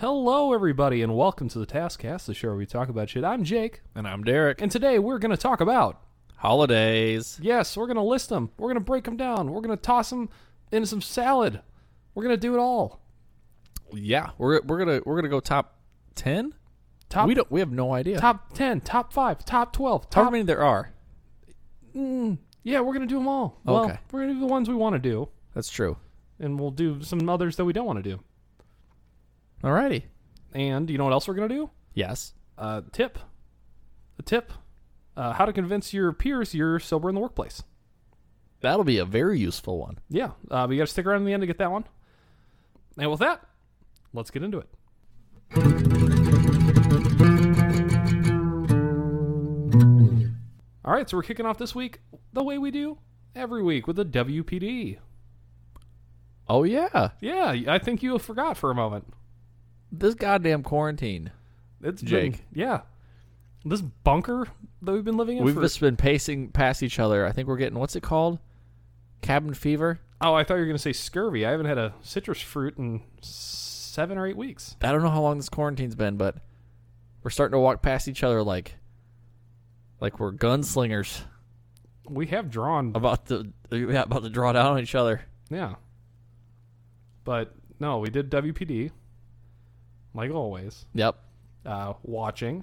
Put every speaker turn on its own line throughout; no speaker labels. Hello, everybody, and welcome to the Taskcast, the show where we talk about shit. I'm Jake,
And I'm Derek.
and today we're going to talk about.
Holidays.
Yes, we're going to list them. We're going to break them down. We're going to toss them into some salad. We're going to do it all.
Yeah, we're we're gonna we're gonna go top ten.
Top
we don't we have no idea
top ten, top five, top twelve,
how
top.
many there are.
Yeah, we're going to do them all. Well,
Okay.
we're going to do the ones we want to do,
That's true.
and we'll do some others that we don't want to do.
Alrighty.
And you know what else we're going to do?
Yes.
Uh, tip, a tip, uh, how to convince your peers you're sober in the workplace.
That'll be a very useful one.
yeah, uh, but you got to stick around to the end to get that one. And with that, let's get into it. All right, so we're kicking off this week the way we do every week with the WPD.
Oh yeah.
Yeah, I think you forgot for a moment.
This goddamn quarantine.
It's been-
Jake.
yeah, this bunker that we've been living in.
We've
for,
just been pacing past each other. I think we're getting what's it called? Cabin fever?
oh, I thought you were going to say scurvy. I haven't had a citrus fruit in seven or eight weeks.
I don't know how long this quarantine's been, but we're starting to walk past each other like like we're gunslingers
We have drawn
about to yeah, about to draw down on each other.
Yeah. But no, we did WPD, like always.
Yep.
Uh, watching.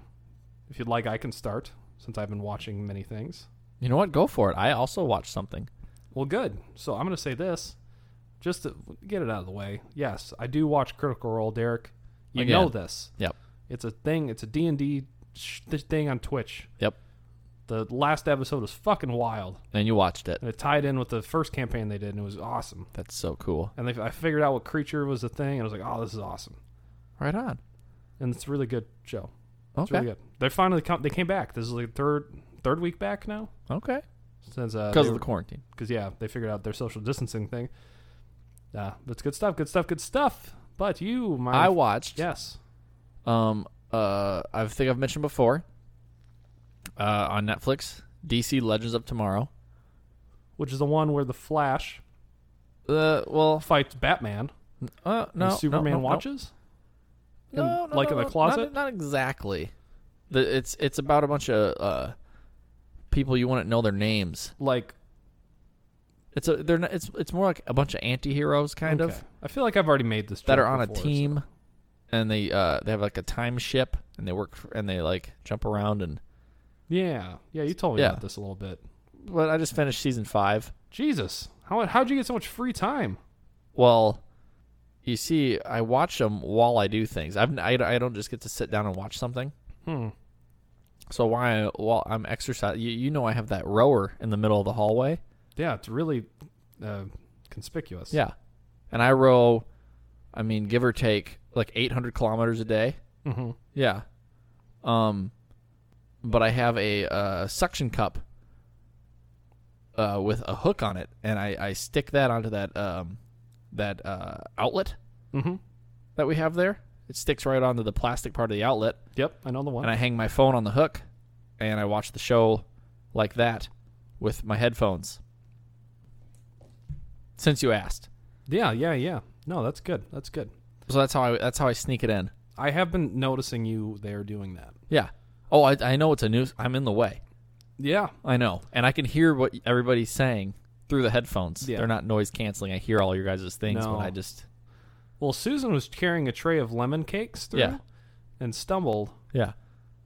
If you'd like, I can start since I've been watching many things.
You know what? Go for it. I also watched something.
Well, good. So I'm going to say this just to get it out of the way. Yes, I do watch Critical Role, Derek. You
Again.
know this.
Yep.
It's a thing. It's a D&D sh- th- thing on Twitch.
Yep.
The last episode was fucking wild.
And you watched it.
And it tied in with the first campaign they did, and it was awesome.
That's so cool.
And they, I figured out what creature was the thing, and I was like, oh, this is awesome.
Right on.
and it's a really good show. It's
Okay.
really good. They finally come. They came back. This is like third third week back now
Okay.
since uh
Because of the quarantine.
because yeah they figured out their social distancing thing. Uh, that's good stuff. Good stuff. Good stuff. But you, my
I watched.
yes,
Um. Uh. I think I've mentioned before. Uh. On Netflix, DC Legends of Tomorrow.
which is the one where the Flash
Uh. Well.
fights Batman
Uh. No.
and Superman
no, no,
watches.
No.
in-
No, no,
like in
no,
the
no,
closet?
Not, not exactly. The, it's it's about a bunch of uh people you wouldn't know their names.
Like
It's a they're not, it's it's more like a bunch of anti-heroes kind
okay.
of.
I feel like I've already made this
that
joke
are on a
before, so-
team and they uh they have like a time ship and they work for, and they like jump around and
Yeah, yeah. You told me
Yeah.
about this a little bit.
but I just finished season 5.
Jesus, how how'd you get so much free time?
Well, you see I watch them while I do things. I've I, I don't just get to sit down and watch something.
Hmm.
So while I, while I'm exercising, you, you know I have that rower in the middle of the hallway.
Yeah, it's really uh, conspicuous.
Yeah. And I row I mean give or take like 800 kilometers a day.
Mm-hmm.
Yeah. Um, but I have a uh, suction cup uh, with a hook on it, and I, I stick that onto that um, that uh, outlet
Mm-hmm.
that we have there. It sticks right onto the plastic part of the outlet,
Yep, I know the one.
and I hang my phone on the hook, and I watch the show like that with my headphones. Since you asked,
yeah, yeah, yeah. No, that's good. That's good.
so that's how I that's how I sneak it in.
I have been noticing you there doing that.
Yeah. Oh, I, I know it's a news. I'm in the way.
Yeah,
I know, and I can hear what everybody's saying through the headphones.
Yeah.
They're not noise canceling. I hear all your guys' things
No.
when I just
Well, Susan was carrying a tray of lemon cakes through
Yeah.
and stumbled,
yeah.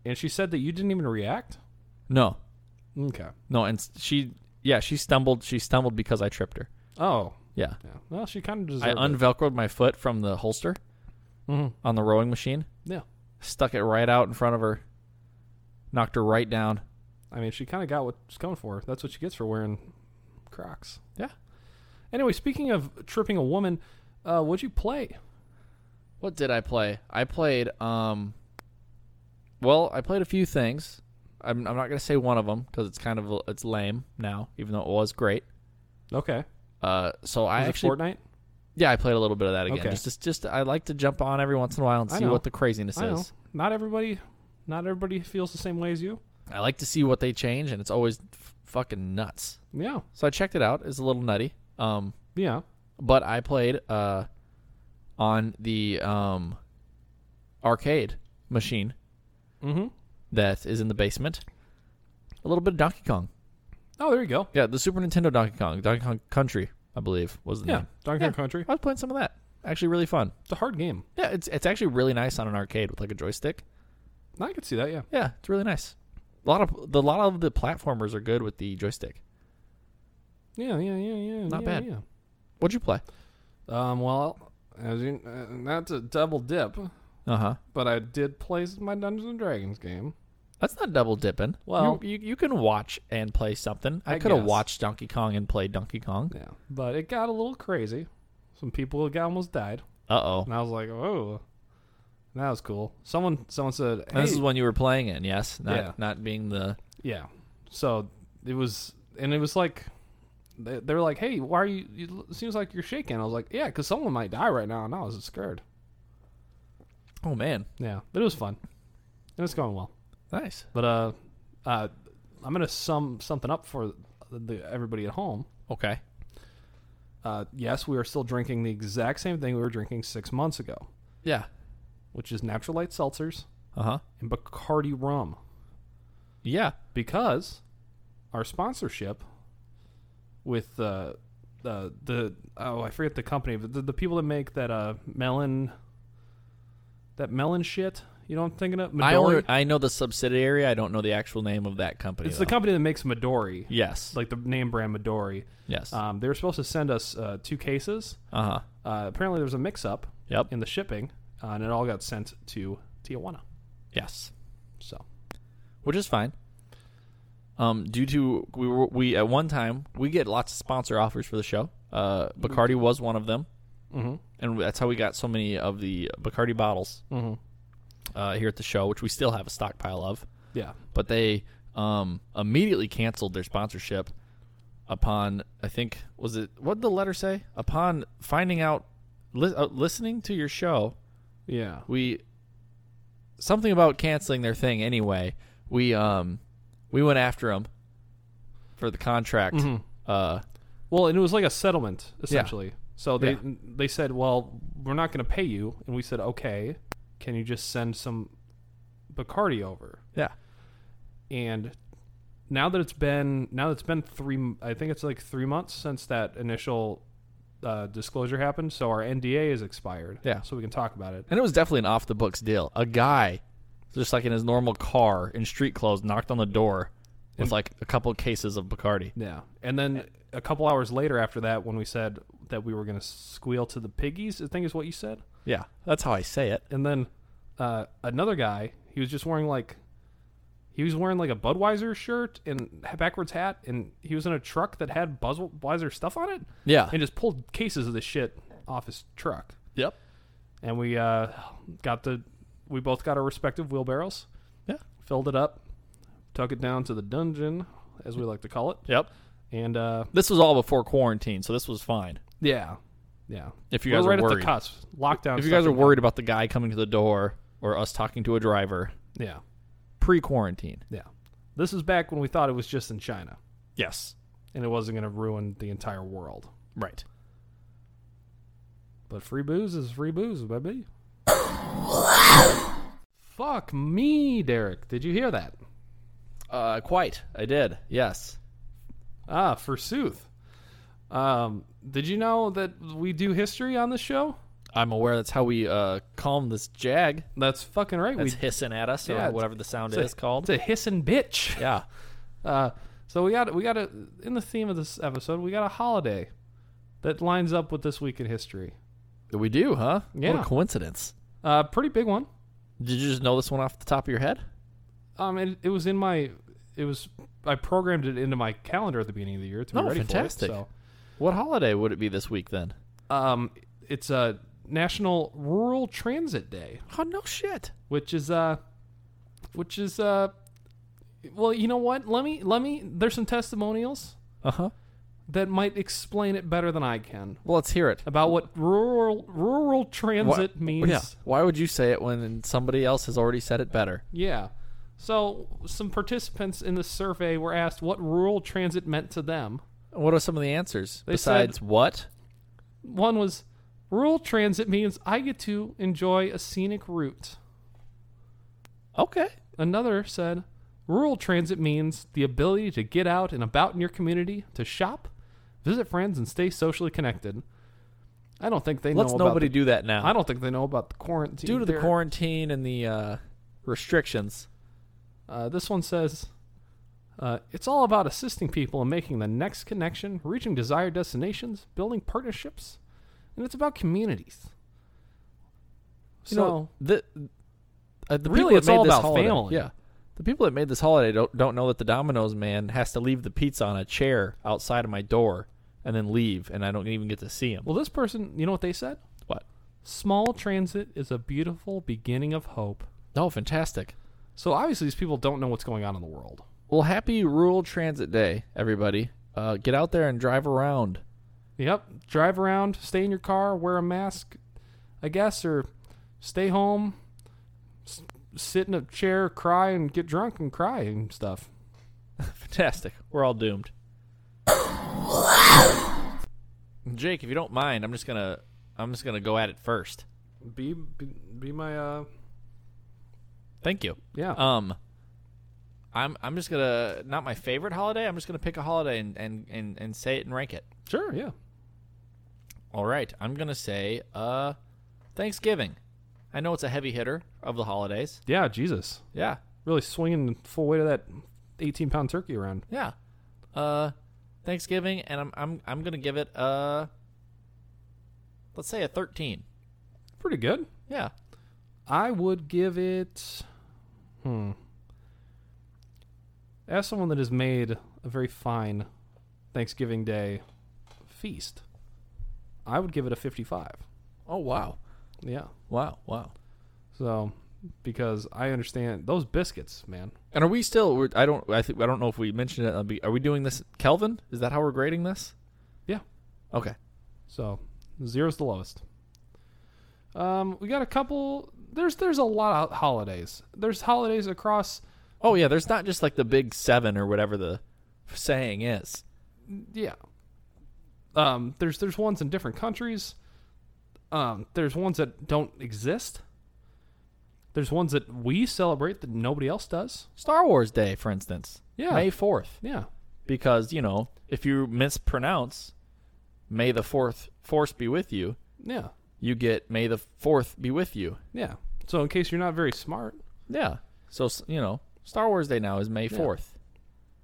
and she said that you didn't even react.
No,
Okay.
no, and s- she yeah she stumbled. She stumbled because I tripped her.
Oh,
Yeah,
yeah. Well, she kind of
I
deserved it.
unvelcroed my foot from the holster
Mhm.
on the rowing machine,
Yeah.
stuck it right out in front of her, knocked her right down.
I mean, she kind of got what's coming for her. That's what she gets for wearing Crocs.
Yeah.
Anyway, speaking of tripping a woman, uh, what'd you play?
What did I play? I played um. Well, I played a few things. I'm, I'm not gonna say one of them because it's kind of it's lame now, even though it was great.
Okay.
Uh, so I
Was it
actually
Fortnite?
Yeah, I played a little bit of that again.
Okay.
Just, just, just, I like to jump on every once in a while and
I
see
know.
what the craziness
I know.
is.
Not everybody, not everybody feels the same way as you.
I like to see what they change, and it's always f- fucking nuts.
Yeah,
So I checked it out. It's a little nutty. Um,
yeah.
but I played uh, on the um, arcade machine
Mm-hmm.
that is in the basement. A little bit of Donkey Kong.
Oh, there you go.
Yeah, the Super Nintendo Donkey Kong, Donkey Kong Country, I believe was the
Yeah,
name.
Donkey Kong Country.
I was playing some of that. Actually, really fun.
It's a hard game.
Yeah, it's it's actually really nice on an arcade with like a joystick.
I could see that. Yeah.
Yeah, it's really nice. A lot of the lot of the platformers are good with the joystick.
Yeah. Yeah. Yeah. Yeah.
Not
yeah,
bad.
Yeah.
What'd you play?
Um, well, as you, uh, not to double dip,
Uh huh.
but I did play my Dungeons and Dragons game.
That's not double dipping.
Well-
you, you, you can watch and play something. I,
I
could have
guess.
watched Donkey Kong and played Donkey Kong.
Yeah. But it got a little crazy. Some people got almost died,
Uh oh.
and I was like, "Oh, that was cool." Someone, someone said, hey,
This is when you were playing it, yes. Not
Yeah.
not being the
Yeah. So it was, and it was like, they, they were like, "Hey, why are you? you it seems like you're shaking." I was like, "Yeah, because someone might die right now," and I was scared.
Oh man.
Yeah, but it was fun, and it's going well.
Nice.
But uh, uh, I'm gonna sum something up for the, the, everybody at home.
Okay.
Uh, yes, we are still drinking the exact same thing we were drinking six months ago,
Yeah.
which is natural light seltzers
Uh huh.
and Bacardi rum,
Yeah.
because our sponsorship with uh, the the oh I forget the company, but the, the people that make that uh melon that melon shit. You know what I'm thinking of? Midori.
I only, I know the subsidiary. I don't know the actual name of that company.
it's the
though.
company that makes Midori,
Yes.
like the name brand Midori.
yes. Uh
Um, they were supposed to send us uh, two cases.
huh.
Uh, apparently, there was a mix-up
Yep.
in the shipping, uh, and it all got sent to Tijuana.
Yes.
So,
Which is fine. Um, due to we were, we at one time we get lots of sponsor offers for the show. Uh, Bacardi was one of them,
mm-hmm.
and that's how we got so many of the Bacardi bottles
Mm-hmm.
uh, here at the show, which we still have a stockpile of.
yeah,
But they um, immediately canceled their sponsorship upon I think was it what did the letter say? Upon finding out, li- uh, listening to your show,
yeah,
we something about canceling their thing anyway. We um we went after them for the contract.
Mhm.
Uh
Well, and it was like a settlement essentially. So they
Yeah.
they said, "Well, we're not going to pay you," and we said, "Okay, can you just send some Bacardi over?"
yeah.
And now that it's been now that it's been three, m- I think it's like three months since that initial uh, disclosure happened. So our NDA is expired.
Yeah.
so we can talk about it.
And it was definitely an off the books deal. A guy just like in his normal car in street clothes knocked on the door
Mm.
with like a couple cases of Bacardi.
Yeah. And then a couple hours later after that, when we said that we were going to squeal to the piggies, I think is what you said.
Yeah, that's how I say it.
And then uh, another guy, he was just wearing like, he was wearing like a Budweiser shirt and a backwards hat, and he was in a truck that had Budweiser stuff on it,
Yeah.
and just pulled cases of this shit off his truck.
Yep.
And we uh, got the, we both got our respective wheelbarrows,
Yeah.
filled it up, took it down to the dungeon, as we like to call it,
Yep.
and uh,
This was all before quarantine, so this was fine.
yeah, yeah,
If you
We're
guys
right
are
at the
worried,
cusp. Lockdown.
if you guys are
stuff.
worried about the guy coming to the door or us talking to a driver
yeah,
pre-quarantine.
yeah. This is back when we thought it was just in China
Yes.
and it wasn't going to ruin the entire world.
Right.
But free booze is free booze, baby. Fuck me, Derek. Did you hear that?
Uh, quite. I did. Yes.
Ah, forsooth. Um, did you know that we do history on this show?
I'm aware that's how we uh, calm this jag
That's fucking right.
that's
we
hissing at us
Yeah,
or
it's-
whatever the sound
it's a-
is called.
it's a hissing bitch.
yeah.
Uh, so we got we got a in the theme of this episode. We got a holiday that lines up with this week in history.
We do, huh? What
Yeah.
a coincidence.
Uh, pretty big one.
Did you just know this one off the top of your head?
Um, it, it was in my, it was I programmed it into my calendar at the beginning of the year to be
Oh,
ready
fantastic.
for it.
What holiday would it be this week then?
So, um, it's a National Rural Transit Day,
Oh, no shit.
which is uh, which is uh, well, you know what? Let me let me. There's some testimonials
Uh huh.
that might explain it better than I can
Well, let's hear it.
about what rural rural transit means.
Yeah. Why would you say it when somebody else has already said it better?
Yeah. So some participants in the survey were asked what rural transit meant to them.
What are some of the answers?
They said-
Besides what?
One was rural transit means I get to enjoy a scenic route.
Okay.
Another said, Rural transit means the ability to get out and about in your community, to shop, visit friends, and stay socially connected. I don't think they
Let's
know about
nobody
the-
do that now.
I don't think they know about the quarantine.
Due to the
there.
quarantine and the uh, restrictions.
Uh, this one says, uh, it's all about assisting people in making the next connection, reaching desired destinations, building partnerships, and it's about communities.
You
so,
know, the, uh, the
Really,
people that
it's
made
all
this
about
holiday-
family.
Yeah. The people that made this holiday don't, don't know that the Domino's man has to leave the pizza on a chair outside of my door and then leave, and I don't even get to see him.
well, this person, you know what they said?
What?
Small transit is a beautiful beginning of hope.
Oh, fantastic.
So obviously, these people don't know what's going on in the world.
Well, happy Rural Transit Day, everybody. Uh, get out there and drive around.
Yep, drive around, stay in your car, wear a mask, I guess, or stay home, s- sit in a chair, cry, and get drunk and cry and stuff.
Fantastic. We're all doomed. Jake, if you don't mind, I'm just gonna I'm just gonna go at it first.
Be be, be my uh
Thank you.
yeah.
Um I'm I'm just gonna not my favorite holiday, I'm just gonna pick a holiday and, and, and, and say it and rank it.
sure, yeah.
All right, I'm gonna say uh Thanksgiving. I know it's a heavy hitter of the holidays.
Yeah, Jesus.
Yeah.
Really swinging the full weight of that 18 pound turkey around.
Yeah. Uh Thanksgiving and I'm I'm I'm going to give it uh let's say a 13.
Pretty good.
Yeah.
I would give it hmm as someone that has made a very fine Thanksgiving Day feast, I would give it a 55.
Oh wow.
Yeah.
Wow, wow.
So, because I understand those biscuits, man.
And are we still we're, I don't I think I don't know if we mentioned it I'll be- are we doing this Kelvin? Is that how we're grading this?
Yeah.
Okay.
So, zero's the lowest. Um, we got a couple. There's there's a lot of holidays. There's holidays across.
Oh yeah, there's not just like the big 7 or whatever the saying is.
Yeah. Um, there's there's ones in different countries. Um, there's ones that don't exist. There's ones that we celebrate that nobody else does.
Star Wars Day, for instance.
Yeah.
May 4th.
Yeah.
Because, you know, if you mispronounce May the 4th force be with you,
Yeah.
you get May the 4th be with you.
Yeah. So in case you're not very smart,
Yeah. So s- you know, Star Wars Day now is May
Yeah.
fourth.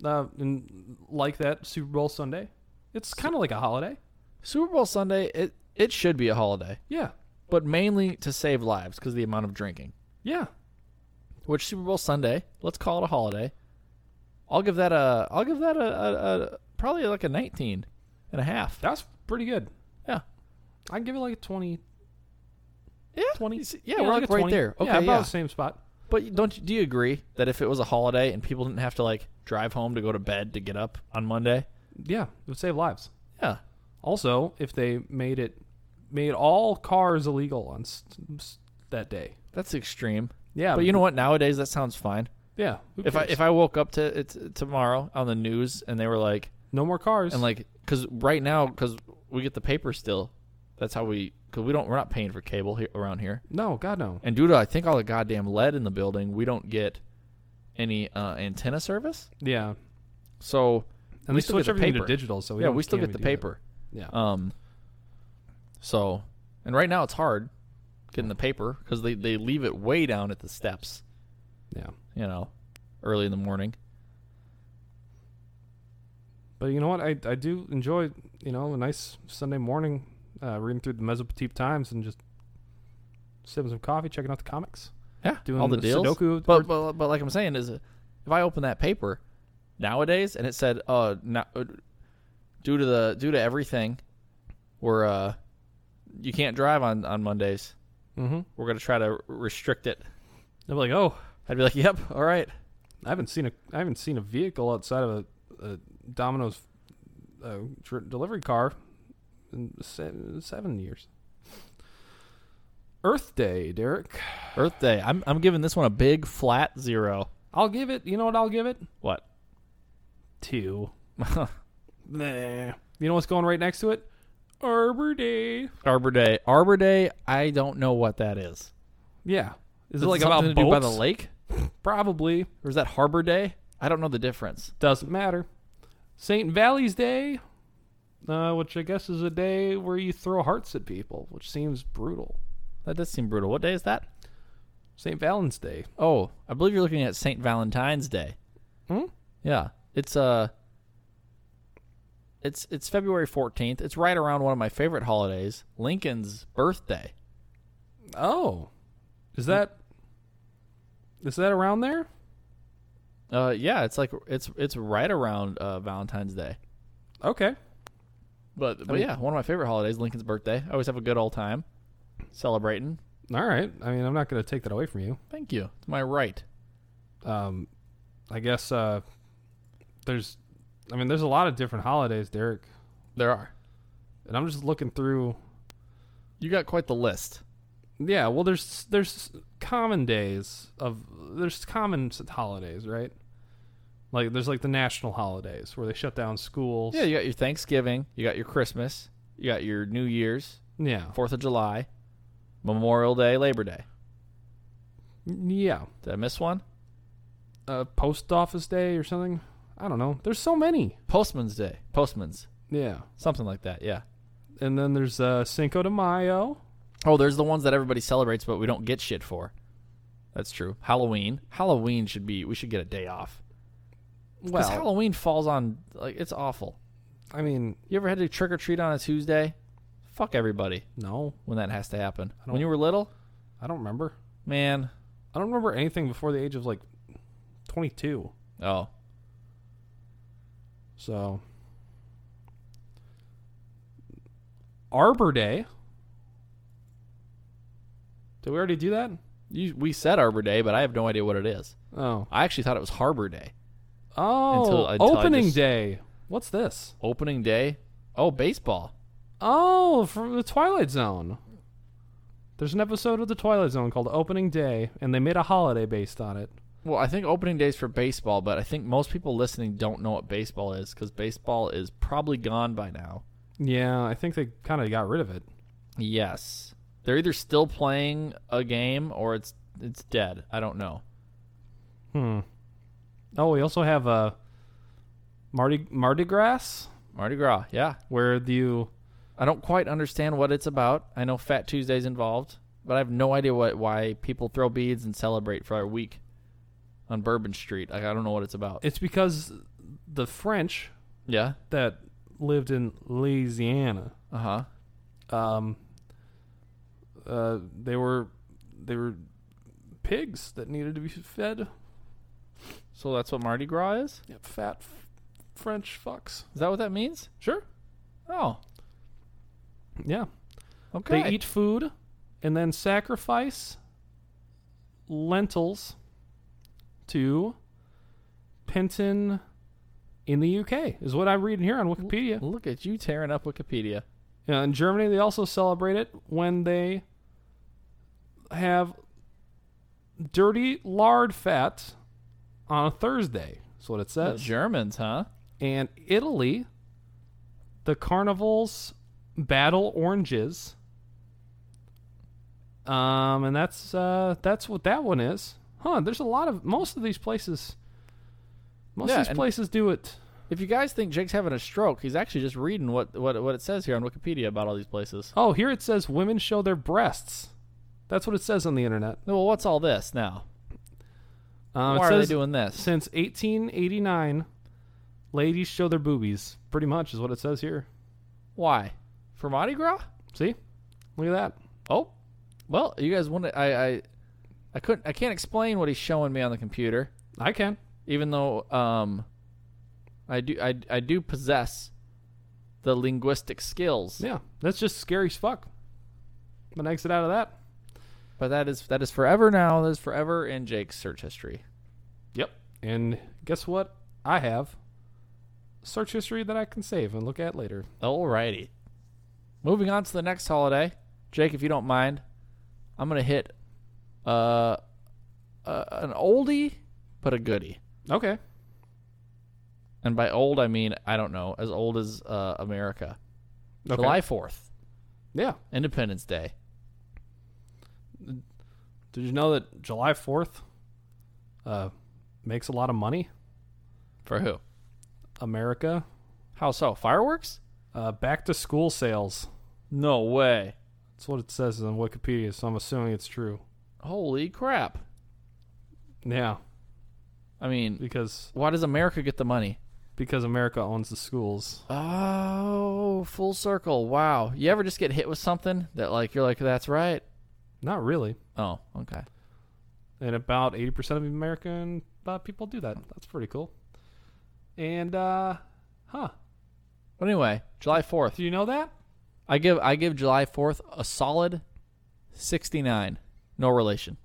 uh, and like that Super Bowl Sunday, it's kind of like a holiday.
Super Bowl Sunday, it it should be a holiday,
Yeah.
but mainly to save lives because the amount of drinking.
Yeah.
Which Super Bowl Sunday, let's call it a holiday. I'll give that a I'll give that a, a, a probably like a 19 and a half.
That's pretty good.
Yeah.
I can give it like a 20.
Yeah.
20?
Yeah, we're
like
like
a
right
20.
there. Okay,
yeah, about
yeah.
the same spot.
But you- don't you, do you agree that if it was a holiday and people didn't have to like drive home to go to bed to get up on Monday?
Yeah, it would save lives.
Yeah.
Also, if they made it made all cars illegal on s- s- that day.
That's extreme.
Yeah.
But you know what? Nowadays that sounds fine.
yeah. who
If I
cares?
if I woke up to it's tomorrow on the news and they were like
no more cars.
and like because right now because we get the paper still, that's how we because we don't we're not paying for cable here, around here.
no, god no.
And due to I think all the goddamn lead in the building, we don't get any uh, antenna service.
Yeah.
So
And
we
they
still
switch
get the
everything
paper.
to digital, so we
yeah,
don't-
we still
can't
get the
even do that.
paper.
Yeah.
Um. So, and right now it's hard getting the paper because they they leave it way down at the steps.
yeah.
You know, early in the morning.
But you know what? I, I do enjoy, you know, a nice Sunday morning uh, reading through the Mesopotamian Times and just sipping some coffee, checking out the comics.
Yeah,
Doing
all the
the
deals.
Sudoku
but,
or-
but but like I'm saying is, if I open that paper nowadays and it said, "Oh, not, uh, due to the due to everything, we're uh, you can't drive on on Mondays.
Mm-hmm.
We're gonna try to restrict it."
They'll be like, oh,
I'd be like, "Yep, all right."
I haven't seen a I haven't seen a vehicle outside of a, a Domino's uh, tr- delivery car in se- seven years. Earth Day, Derek.
Earth Day. I'm I'm giving this one a big flat zero.
I'll give it. You know what? I'll give it
What?
two. Nah. You know what's going right next to it? Arbor Day.
Arbor Day. Arbor Day. I don't know what that is.
Yeah. Is
Is
it like
something
about
to do by
boats?
the lake?
Probably.
Or is that Harbor Day? I don't know the difference.
Doesn't matter. St. Valley's Day, uh, which I guess is a day where you throw hearts at people, which seems brutal.
That does seem brutal. What day is that?
St. Valentine's Day.
Oh, I believe you're looking at St. Valentine's Day.
Hmm?
Yeah. It's uh It's it's February 14th. It's right around one of my favorite holidays, Lincoln's birthday.
Oh. Is that is that around there?
Uh yeah, it's like it's it's right around uh Valentine's Day.
Okay.
But but
mean-
yeah, one of my favorite holidays, Lincoln's birthday. I always have a good old time celebrating.
All right. I mean, I'm not going to take that away from you.
Thank you. It's my right.
Um, I guess uh, there's, I mean, there's a lot of different holidays, Derek,
There are.
and I'm just looking through.
You got quite the list.
Yeah, well, there's there's common days of there's common s- holidays, right? Like there's like the national holidays where they shut down schools.
Yeah, you got your Thanksgiving, you got your Christmas, you got your New Year's,
yeah,
Fourth of July, Memorial Day, Labor Day.
yeah.
Did I miss one?
Uh, post office day or something. I don't know. There's so many.
Postman's Day, Postman's,
Yeah,
something like that. Yeah.
and then there's uh, Cinco de Mayo.
Oh, there's the ones that everybody celebrates, but we don't get shit for. That's true. Halloween. Halloween should be. We should get a day off. Because Halloween falls on like it's awful.
I mean,
You ever had to trick or treat on a Tuesday? Fuck everybody
no,
when that has to happen.
I don't-
When you were little,
I don't remember.
man.
I don't remember anything before the age of like 22.
Oh,
So Arbor Day. Did we already do that?
you, we said Arbor Day, but I have no idea what it is.
Oh.
I actually thought it was Harbor Day.
Oh,
Until- until I
opening
just-
day. What's this?
Opening day. Oh, baseball.
Oh, from the Twilight Zone. There's an episode of the Twilight Zone called Opening Day and they made a holiday based on it.
Well, I think opening days for baseball, but I think most people listening don't know what baseball is because baseball is probably gone by now.
Yeah, I think they kind of got rid of it.
Yes, they're either still playing a game or it's it's dead. I don't know.
Hmm. Oh, we also have uh, Mardi Mardi Gras,
Mardi Gras. Yeah,
where you
I don't quite understand what it's about. I know Fat Tuesday's involved, but I have no idea what why people throw beads and celebrate for a week on Bourbon Street. Like, I don't know what it's about.
it's because the French
yeah.
that lived in Louisiana,
Uh huh.
um, uh, they were they were pigs that needed to be fed.
So that's what Mardi Gras is.
Yeah, fat f- French fucks.
Is that what that means?
Sure.
Oh,
Yeah.
okay.
They eat food and then sacrifice lentils to Penton in the UK is what I'm reading here on Wikipedia.
Look at you tearing up Wikipedia.
Yeah, in Germany, they also celebrate it when they have dirty lard fat on a Thursday. That's what it
The
says.
Germans, huh?
And Italy, the carnivals battle oranges. Um, and that's uh, that's what that one is, huh? There's a lot of most of these places. Most
Yeah,
of these
and-
places do it.
If you guys think Jake's having a stroke, he's actually just reading what, what, what it says here on Wikipedia about all these places.
Oh, here it says women show their breasts. That's what it says on the internet.
Well, what's all this now?
Um,
Why
it
are
says
they doing this?
since 1889, ladies show their boobies. Pretty much is what it says here.
Why? For Mardi Gras?
See, look at that.
Oh, well, you guys want to? I, I, I couldn't. I can't explain what he's showing me on the computer,
I can.
even though um, I do. I, I do possess the linguistic skills.
Yeah, that's just scary as fuck. But exit out of that.
But that is that is forever now. That is forever in Jake's search history.
Yep. And guess what? I have search history that I can save and look at later.
Alrighty. Moving on to the next holiday, Jake, if you don't mind, I'm gonna hit uh, uh an oldie but a goodie.
Okay.
And by old, I mean I don't know, as old as uh, America.
okay.
July Fourth,
Yeah.
Independence Day.
Did you know that July 4th uh, makes a lot of money.
For who?
America,
How so? Fireworks?
uh, back to school sales.
No way.
That's what it says on Wikipedia, so I'm assuming it's true.
Holy crap.
Yeah,
I mean,
because
why does America get the money?
because America owns the schools.
Oh, full circle. Wow. You ever just get hit with something that like you're like that's right?
Not really.
Oh, okay.
and about 80% of American uh, people do that. That's pretty cool. And uh huh.
But anyway, July 4th.
Do you know that?
I give I give July 4th a solid 69. No relation.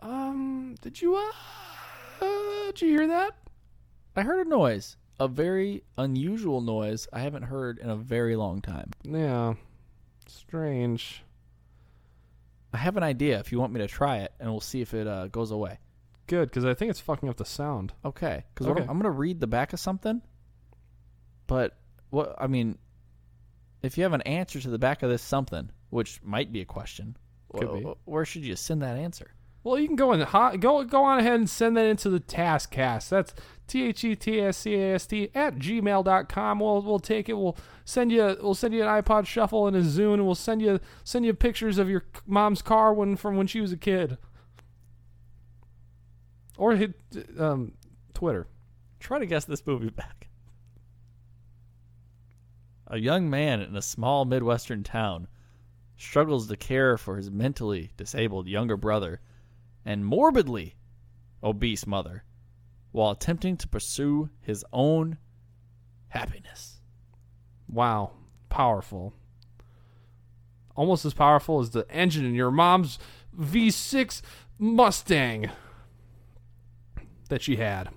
Um did you uh, uh did you hear that?
I heard a noise, a very unusual noise I haven't heard in a very long time.
Yeah. Strange.
I have an idea if you want me to try it and we'll see if it uh, goes away.
Good cuz I think it's fucking up the sound.
Okay, because
Okay.
I'm, I'm gonna read the back of something. But what I mean, if you have an answer to the back of this something, which might be a question,
Could
wh-
be.
wh- where should you send that answer?
Well, you can go and ho- go go on ahead and send that into the task cast. That's T H E T S C A S T at gmail.com. We'll we'll take it. We'll send you we'll send you an iPod shuffle and a Zune and we'll send you send you pictures of your c- mom's car when from when she was a kid. Or hit um, Twitter.
Try to guess this movie back. A young man in a small Midwestern town struggles to care for his mentally disabled younger brother and morbidly obese mother while attempting to pursue his own happiness.
Wow, powerful. Almost as powerful as the engine in your mom's V6 Mustang that she had.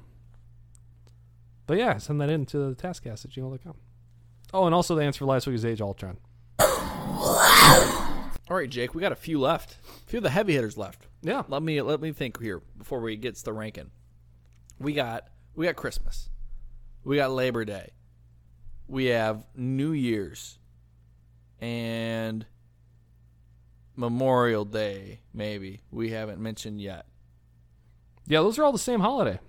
But yeah, send that in to the taskcast at gmail.com. Oh, and also the answer for last week is Age Ultron.
All right, Jake, we got a few left. A few of the heavy hitters left.
Yeah.
Let me let me think here before we gets the ranking. We got we got Christmas. We got Labor Day. We have New Year's and Memorial Day, maybe. We haven't mentioned yet.
Yeah, those are all the same holiday.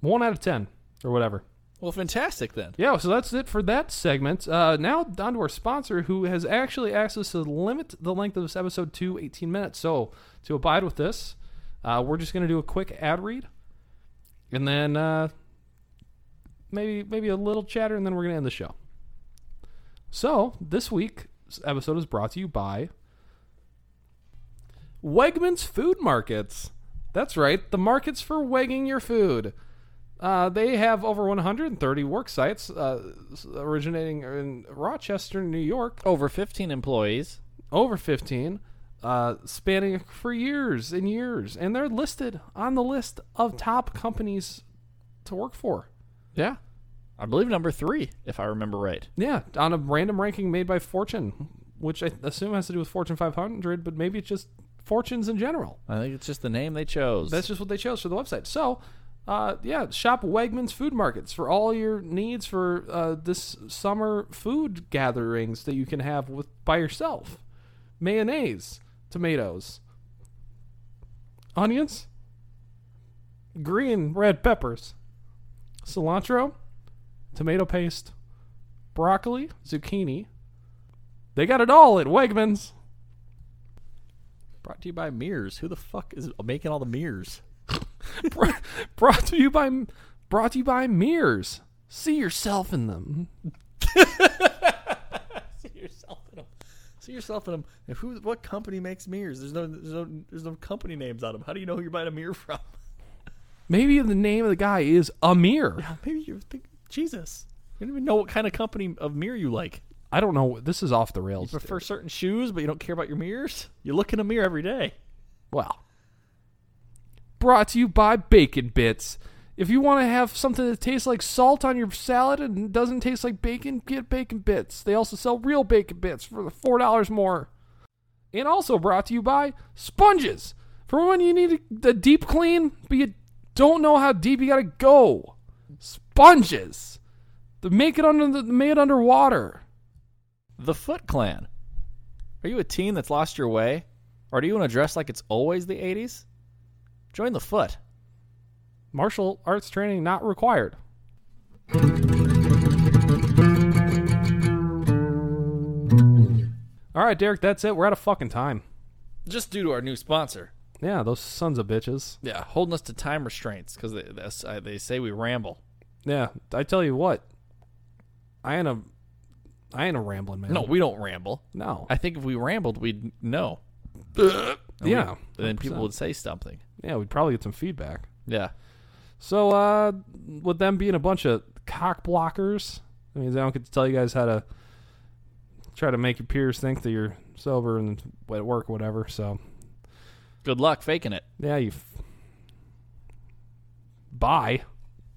One out of ten, or whatever.
Well, fantastic then.
Yeah, so that's it for that segment. Uh, now, on to our sponsor, who has actually asked us to limit the length of this episode to 18 minutes. So, to abide with this, uh, we're just going to do a quick ad read, and then uh, maybe maybe a little chatter, and then we're going to end the show. So, this week's episode is brought to you by Wegmans Food Markets. That's right, the markets for wegging your food. Uh, they have over 130 work sites uh, s- originating in Rochester, New York,
Over 15 employees.
over 15, uh, spanning for years and years. And they're listed on the list of top companies to work for.
Yeah. I believe number 3 if I remember right.
Yeah, on a random ranking made by Fortune, which I assume has to do with Fortune 500, but maybe it's just fortunes in general.
I think it's just the name they chose.
That's just what they chose for the website. So, uh, yeah, shop Wegmans Food Markets for all your needs for uh, this summer food gatherings that you can have with by yourself. Mayonnaise, tomatoes, onions, green red peppers, cilantro, tomato paste, broccoli, zucchini. They got it all at Wegmans.
brought to you by Mears. Who the fuck is making all the mirrors?
Br- brought to you by brought to you by mirrors. See yourself in them.
See yourself in them. See yourself in them. And who? What company makes mirrors? There's no, there's no, there's no company names on them. How do you know who you're buying a mirror from?
Maybe the name of the guy is Amir.
Maybe you think Jesus. You don't even know what kind of company of mirror you like.
I don't know. This is off the rails.
You prefer certain shoes, but you don't care about your mirrors. You look in a mirror every day.
Wow. Brought to you by Bacon Bits. If you want to have something that tastes like salt on your salad and doesn't taste like bacon, get Bacon Bits. They also sell real Bacon Bits for the $4 more. And also brought to you by Sponges. For when you need a, a deep clean, but you don't know how deep you got to go. Sponges. They make it under the, made underwater.
The Foot Clan. Are you a teen that's lost your way? Or do you want to dress like it's always the 80s? Join the foot.
Martial arts training not required. All right, Derek, that's it. We're out of fucking time.
Just due to our new sponsor.
Yeah, those sons of bitches.
Yeah, holding us to time restraints because they, that's- uh, they say we ramble.
Yeah, I tell you what, I ain't a, I ain't a rambling man.
No, we don't ramble.
no,
I think if we rambled, we'd know.
yeah,
Then people would say something.
yeah, we'd probably get some feedback.
Yeah.
So, uh, with them being a bunch of cock blockers, I mean, they don't get to tell you guys how to try to make your peers think that you're sober and at work, or whatever. So,
Good luck faking it.
yeah, you. F- Bye.